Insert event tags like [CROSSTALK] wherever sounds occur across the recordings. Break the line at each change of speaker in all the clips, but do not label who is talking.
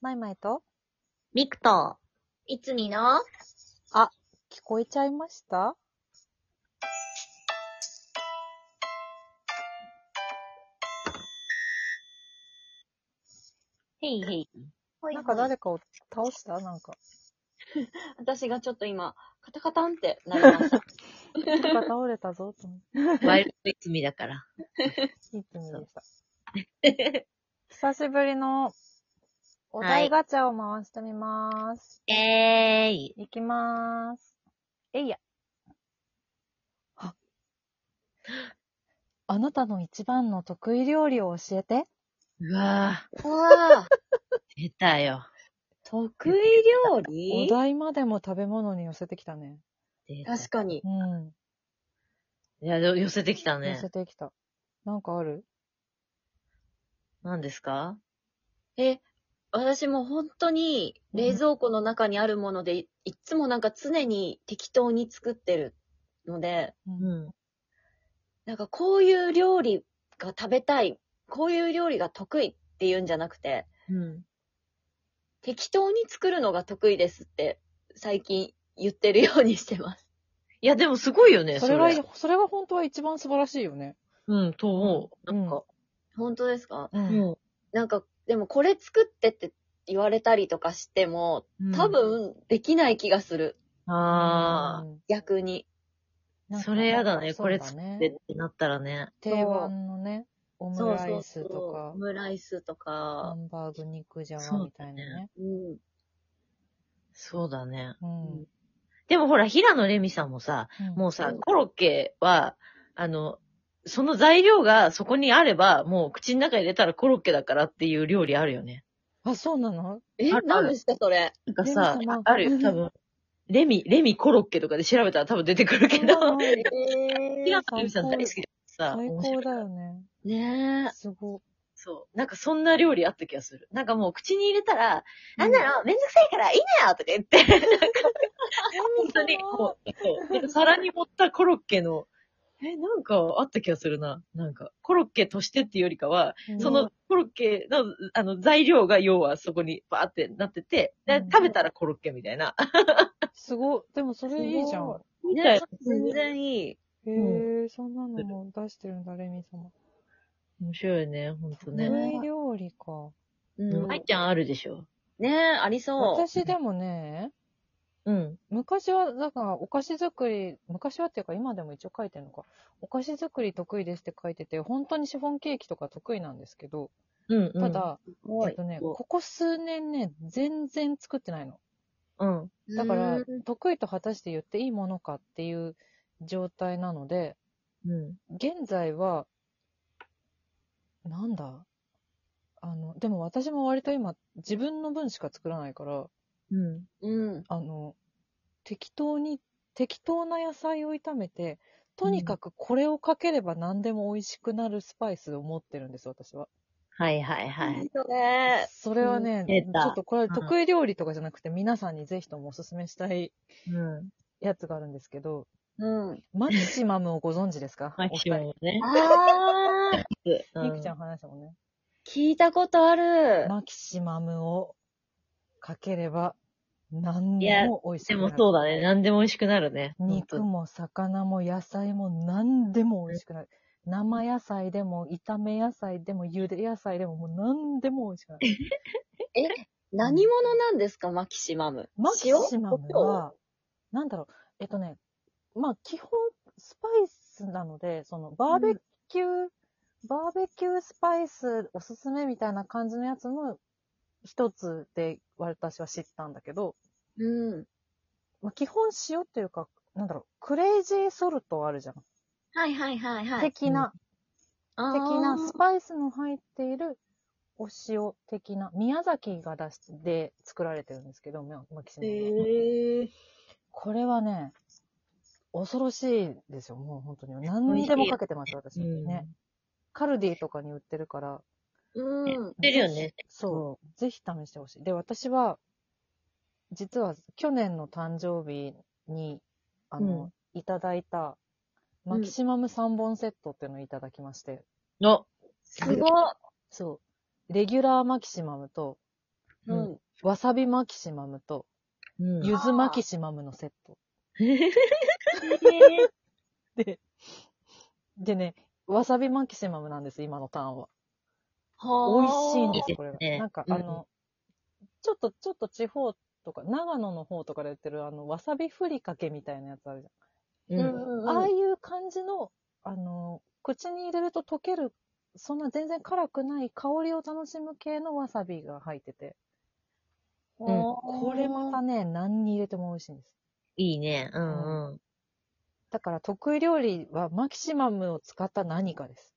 マイマイと
ミクと、いつみの、
聞こえちゃいました
へいへい。
なんか誰かを倒したなんか。
私がちょっと今、カタカタンってなりま
[LAUGHS]
し
な
た。
んか倒れたぞと思っ
ワイルドいつみだ [LAUGHS] から。
て、いつ見でした。久しぶりのお題ガチャを回してみます。
えーい。
い、きまーす。えいや。はあなたの一番の得意料理を教えて。
うわ
うわぁ、
ぁ、出たよ。
得意料
お
理
題までも食べ物に寄せてきたね。
出た
確かに。
うん。
いや、寄せてきた
寄
ね
せ。てきた。なんかある
何ですか
え、私も本当に冷蔵庫の中にあるもので、いっつもなんか常に適当に作ってるので、
う。
うんん。
なんかこういう料理が食べたい、こういう料理が得意っていうんじゃなくて、
うん。
適当に作るのが得意ですって最近言ってるようにしてます。
[LAUGHS] いや、でもすごいよね、
それ
それ。
が、それが本当は一番素晴らしいよね。
うん、と思う。なんか、
本当ですか
う
も
なんか、でもこれ作ってって言われたりとかしても、
うん
多分できない気がする。
う、あ
うん
逆に。
あ、
なんか
それやだね。
そう
これ
だ
作
ね
ってってなったらね。
定番のね、オムライスと
オ
か、
ムライスと
ハ
か。
ンバーグ肉じゃ
そ
が
うだね
みたいなね。
うん。
そうだね。
うん。うん
でもほら、平野レミさんもさ、もうさ
うん、
コロッケは、あの、その材料がそこにあれば、もう口の中に入れたらコロッケだからっていう料理あるよね。
あ、そうなの
え
あ、る
何ですかそれ。
なんかさ
レミ様、
あるよ、多分。レミ、レミコロッケとかで調べたら多分出てくるけ
[LAUGHS]
ど、
うん
え
[LAUGHS]
ー
平野レミさん大好きだからさ、
最
面白
高
い
だ。よね。
ねえ。
すごい。
そう。なんかそんな料理あった気がする。なんかもう口に入れたら、なんだろう、めんどくさいからいいなよとか言って、なんか、本当に、もう、そうなんか皿に盛ったコロッケの、え、なんかあった気がするな。なんか、コロッケとしてっていうよりかは、
うん
その、コロッケの、あの、材料が要はそこにバーってなってて、で
うん
食べたらコロッケみたいな。
すごい。でもそれいいじゃん。
みたい
ね
な。
全然いい。
へえ、そんなのも出してるんだ、レミ様。
面白いね、ほんとね。
得意料理か。
うん
あいちゃんあるでしょ。
ねえ、ありそう。
私でもね、
うん。
昔は、だから、お菓子作り、昔はっていうか、今でも一応書いてるのか。お菓子作り得意ですって書いてて、本当にシフォンケーキとか得意なんですけど、
うん、うん。
た、だ、
う
えっとね、
こ
ここ数年ね、全然作ってないの。
うん。
だから
うん、
得意と果たして言っていいものかっていう状態なので、
うん。
現在は、なんだあの、でも私も割と今、自分の分しか作らないから、
うん。
うん。
あの、適当に、適当な野菜を炒めて、とにかくこれをかければ何でも美味しくなるスパイスを持ってるんです、私は。
はいはいはい。
それ。
それはね、
出
ち
た
ょっとこれは得意料理とかじゃなくて、皆さんにぜひともおすすめしたい
うん。
やつがあるんですけど、
うん。
マキシマムをご存知ですか
[LAUGHS] マキシマ
お二
ムね。
あー、
人
う
みくちゃん話したもんね。
[LAUGHS] 聞いたことある。
マキシマムをかければ何
いや
でも美味しく
で
な
も
る。
そうだね。何でも美味しくなるね。
肉
本
も魚も野菜も何でも美味しくなる。生野菜でも炒め野菜でも茹で野菜でももう何でも美味しくなる。
何者なんですかマキシマム。
マキシマムは、なんだろう、えっとね、まあ基本スパイスなので、そのバーベキュー、バーベキュースパイスおすすめみたいな感じのやつの一つで私は知ったんだけど、
塩うん。
まあ、基本塩っていうか、なんだろう、クレイジーソルトあるじゃん。
はいはいはいはい。
的な、
あー
的な、スパイスの入っているお塩的な、宮崎が出しで作られてるんですけど、ママキシマムは
へえ。
これはね、恐ろしいですよ、もう本当に。何でもかけてます、私。
当うん。
ね。カルディとかに売ってるから、
う
知
ん。
ってるよね。
そう、ぜひ試してほしい。で、私は、実は去年の誕生日に、あの、いただいた、マキシマム3本セットっていうのをいただきまして、
の。
すごい。
そう、レギュラーマキシマムと、う
うんん。
わさびマキシマムと、
うん
ゆずマキシマムのセット。で、でね、わさびマキシマムなんです、今のターンは。美味しいんです、これは。
いいですね
なんか、
うん
あの、ちょっと、ちょっと地方とか、長野の方とかで売ってる、あの、わさびふりかけみたいなやつあるじ
[LAUGHS] うん
うん
うん
ゃん。ああいう感じの、あの、口に入れると溶ける、そんな全然辛くない香りを楽しむ系のわさびが入ってて、これまたね、何に入れても美味しいんです。
いいね。うんうん。
だから得意料理はマキシマムを使った何かです。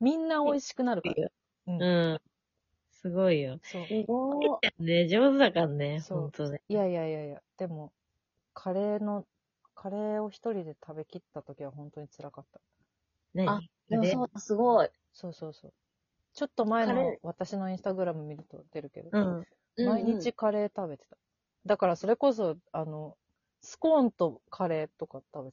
みんな美味しくなるから。
うん。すごいよ。
そう。
ご
ね、上手だからね、
そう
ほんとね。
いやいやいやいや、でも、カレーの、カレーを一人で食べきった時は本当に辛かった。
あ
何
でも
で
そう、すごい。
そうそうそう。ちょっと前
カ
の
レ
私のインスタグラム見ると出るけど、
うん。
毎日カレー食べてた。だからそれこそ、あの、スコーンとカレーとか食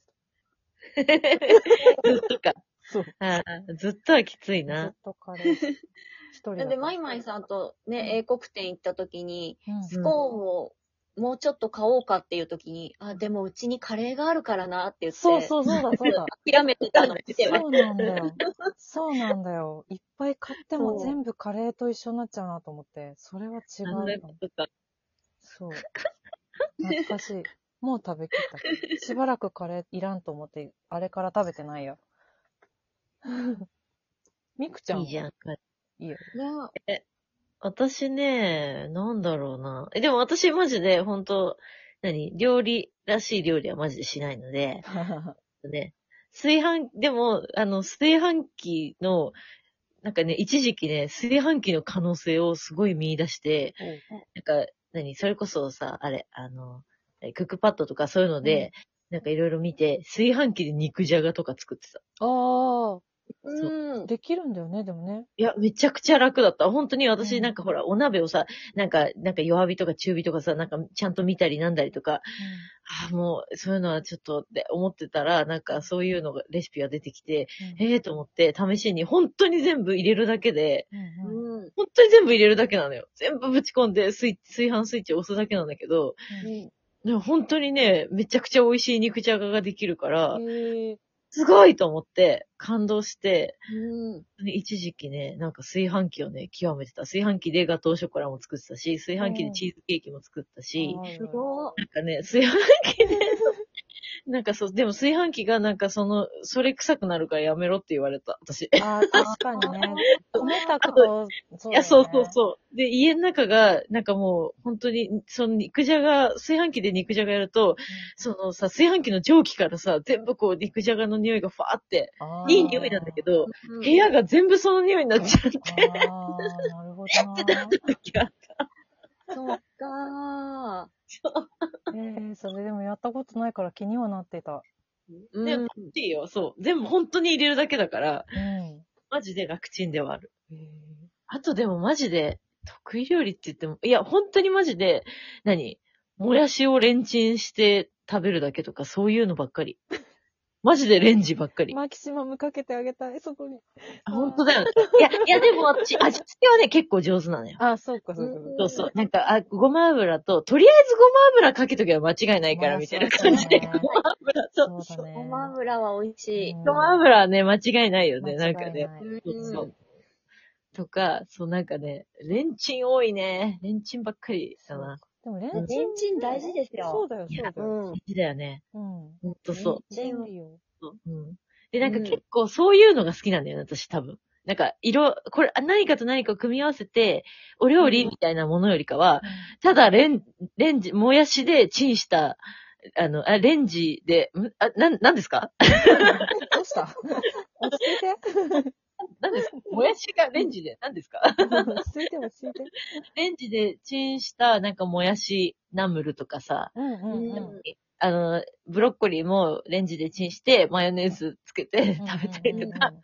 べて
[LAUGHS] ずっと
た。
か。
そう。
あーずっとはきつ
ず
い
っ
な。
とカレー。一人
[LAUGHS] うん。
だ
で、
と
マイマイさんと
うん
ね、英国店行った時に、
うん
スコーンをもうちょっと買おうかっていう時に、あ、でもうちにカレーがあるからなって言って、
そうそうそうだそうだ。
諦めてたの見てます。
そうなんだ
[LAUGHS]
よ。そうなんだよ。いっぱい買っても
そう
全部カレーと一緒になっちゃうなと思って、それは違
あんな
うか
こ
も。
とか。
そう。懐かしい。もう食べきったけど。しばらくカレーいらんと思って、あれから食べて [LAUGHS] ないや。みくちゃん
い
はい
じゃん。
いいよ。
ね
私ね、なんだろうな。えでも私マジで、ほんと、何料理らしい料理はマジでしないので、ね。炊飯、でも、あの、炊飯器の、なんかね、一時期ね、炊飯器の可能性をすごい見出して、なんか、何、それこそさ、あれ、あの、クックパッドとかそういうので、なんかいろいろ見て、炊飯器で肉じゃがとか作ってた。
[LAUGHS] あ
う
あ、
ん。
できるんだよね、でもね。
いや、めちゃくちゃ楽だった。本当に
う
私
ん
なんかほら、お鍋をさ、なんか、なんか弱火とか中火とかさ、なんかちゃんと見たりなんだりとか、ああ、もう、そういうのはちょっとって思ってたら、なんかそういうのが、レシピが出てきて、
うん
ええと思って、試しに、本当に全部入れるだけで、
うんうんうん
うん。
本当に全部入れるだけなのよ。全部ぶち込んで、炊炊飯スイッチを押すだけなんだけど、でも本当にね、めちゃくちゃ美味しい肉じゃがができるから、
へえ
すごいと思って、感動して、
うん。
一時期ね、なんか炊飯器をね、極めてた。炊飯器でガトーショコラも作ってたし、炊飯器でチーズケーキも作ったし、
あ
す
る
ごい。
なんかね、炊飯器で、なんかそう、でも炊飯器がなんかその、それ臭くなるからやめろって言われた、私。
あるあー、確かにね。米炊くと、そうだよね。
いや、そうそうそう。で、家の中が、なんかもう、本当に、その肉じゃが、炊飯器で肉じゃがやると、そのさ、炊飯器の蒸気からさ、全部こう、肉じゃがの匂いがファーって、
あー
いい匂いなんだけど、
うん
部屋が全部その匂いになっちゃうって
ああ、なるほどな。
時があった。
そうか
えー、それでもやったことないから気にはなってた。
ー。
で
う
も
ん。
楽しいよ、そう。全部本当に入れるだけだから、
うん。
マジで楽ちんではある。
えー
あとでもマジで、得意料理って言っても、いや、本当にマジで、何もやしをレンチンして食べるだけとか、そういうのばっかり。マジでレンジばっかり。
マキシマムかけてあげたい、そこに。
あ本当だ [LAUGHS] よね。いや、いやでも私、味付けはね、結構上手なのよ。
あ、そうか、そうか。
うん
そうそう。なんか、あ、ごま油と、とりあえずごま油かけとけば間違いないから、みたいな感じで。
まあ
ごま油、
そ
そうう
だ
そう。
ね。
ごま油は美味しい。
ごま油はね、間違いないよ
うん
ね、なんか
間違い
ね。
ない
うん
そうそう。とか、そうなんかね、レンチン多いね。レンチンばっかりだな。
でもレンチン。
レンチン大事ですよ
そうだよ、
い
そう
や
だよ。
ん。
だよね。
うん。
ほんとそ
レンチンいいよ。
う。うん。で、なんか
うん
結構そういうのが好きなんだよね、私多分。なんか、色、これ、あ何かと何かを組み合わせて、お料理みたいなものよりかは、ただ、レン、レンジ、もやしでチンした、あの、あレンジで、んあ、なん、なんですか
どうした落ち着いて。
なん [LAUGHS] ですかもやしがレンジで、なんですか
落ち着いて、落ち着いて。
レンジでチンした、なんかもやしナムルとかさ、
うんうん
う
うん
ん。
あの、ブロッコリーもレンジでチンして、マヨネーズつけて食べたりとか、なん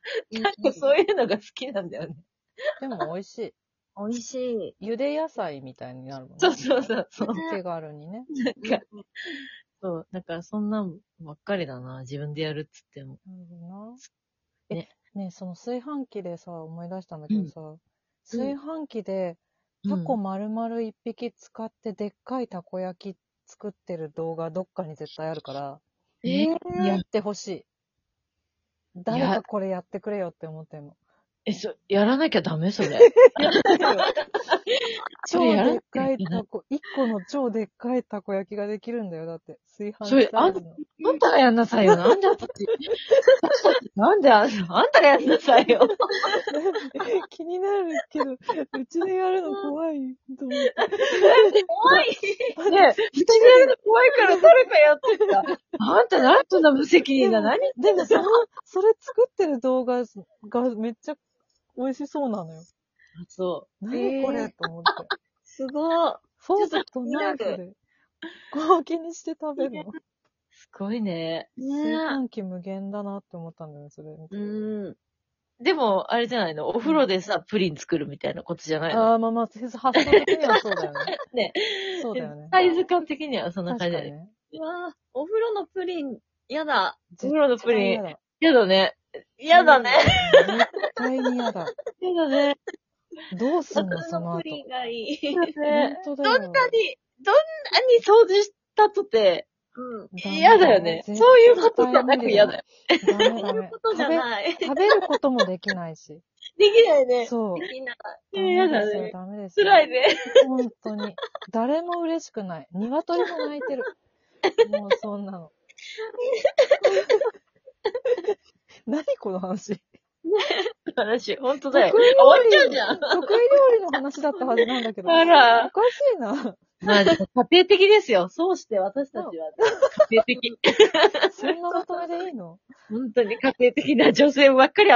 かそういうのが好きなんだよね。
うんうん。でも美味しい。
美味しい。
茹で野菜みたいになるもんね。
そうそうそう。そう
手軽にね。
なんか、そう、だからそんなんばっかりだな、自分でやるっつっても。
なるほどな。
ね
え、ね、その炊飯器でさ、思い出したんだけどさ、炊飯器でタコ丸々一匹使ってでっかいたこ焼き作ってる動画どっかに絶対あるから、
えー
やってほしい。誰かこれやってくれよって思ってんの。
え、そ、やらなきゃダメそれ。
[LAUGHS] 超
[LAUGHS] それやら
で
な
っ
きゃ
かい
いけない
たこ、一個の超でっかいたこ焼きができるんだよ。だって、炊飯器
それ
サイズの
あんたがやんなさいよ。なんで私。 [LAUGHS] なんであんあんたがやんなさい
[LAUGHS]
よ。
気になるけど、うちでやるの怖いと思って。
怖い。ねえ、 [LAUGHS] 人にやるの怖いから誰かやってた。
[LAUGHS]
あんたなんそんな無責任な。何
でも、その、それ作ってる動画がめっちゃ美味しそうなのよ。
[LAUGHS] そ
何これ、と思って。
すごい。
フォークとナイフで、小分けにして食べるの。
う。すごいね。
炊
ね
飯器無限だなって思ったんだよね、それ見
え。
て。
うん。
でも、あれじゃないの。お風呂でさ、プリン作るみたいなことじゃないの。
ああ、まあまあ、発想的にはそうだよね。
[LAUGHS] ね
そうだよね。
サイズ感的にはそんな
確か
感
に
じだね。
ね。
うわお風呂のプリン、やだ。
お風呂のプリ
絶
ン。
対
やだね。やだね。。
絶対に嫌だ。
やだね。
どうす
お
んの、
風
そ
呂
の
の
後
プ。リンがいい。
本当だよ。
どんなに、どんなに掃除したとて、
うん。
ダメ
嫌だよね。そう
絶
いうことじゃなく嫌だよ。
ダメダメ。
ことじゃない。
食べ、食べることもできないし。
できないね。
そう。
できない。
ダ
嫌
メ
だ
ですよ
ね、。
ダメですよ。
辛いね。
本当に。誰も嬉しくない。鶏も泣いてる。もうそんな
[LAUGHS]
の。何この話
話、本当だよ。
得
終
意料理
わっちゃうじゃん。
得意料理の話だったはずなんだけど。
あら
おかしいな。
まあでも家庭的ですよ。そうして私たちは、家庭的。
そんなまとめでいいの
本当に家庭的な女性ばっかり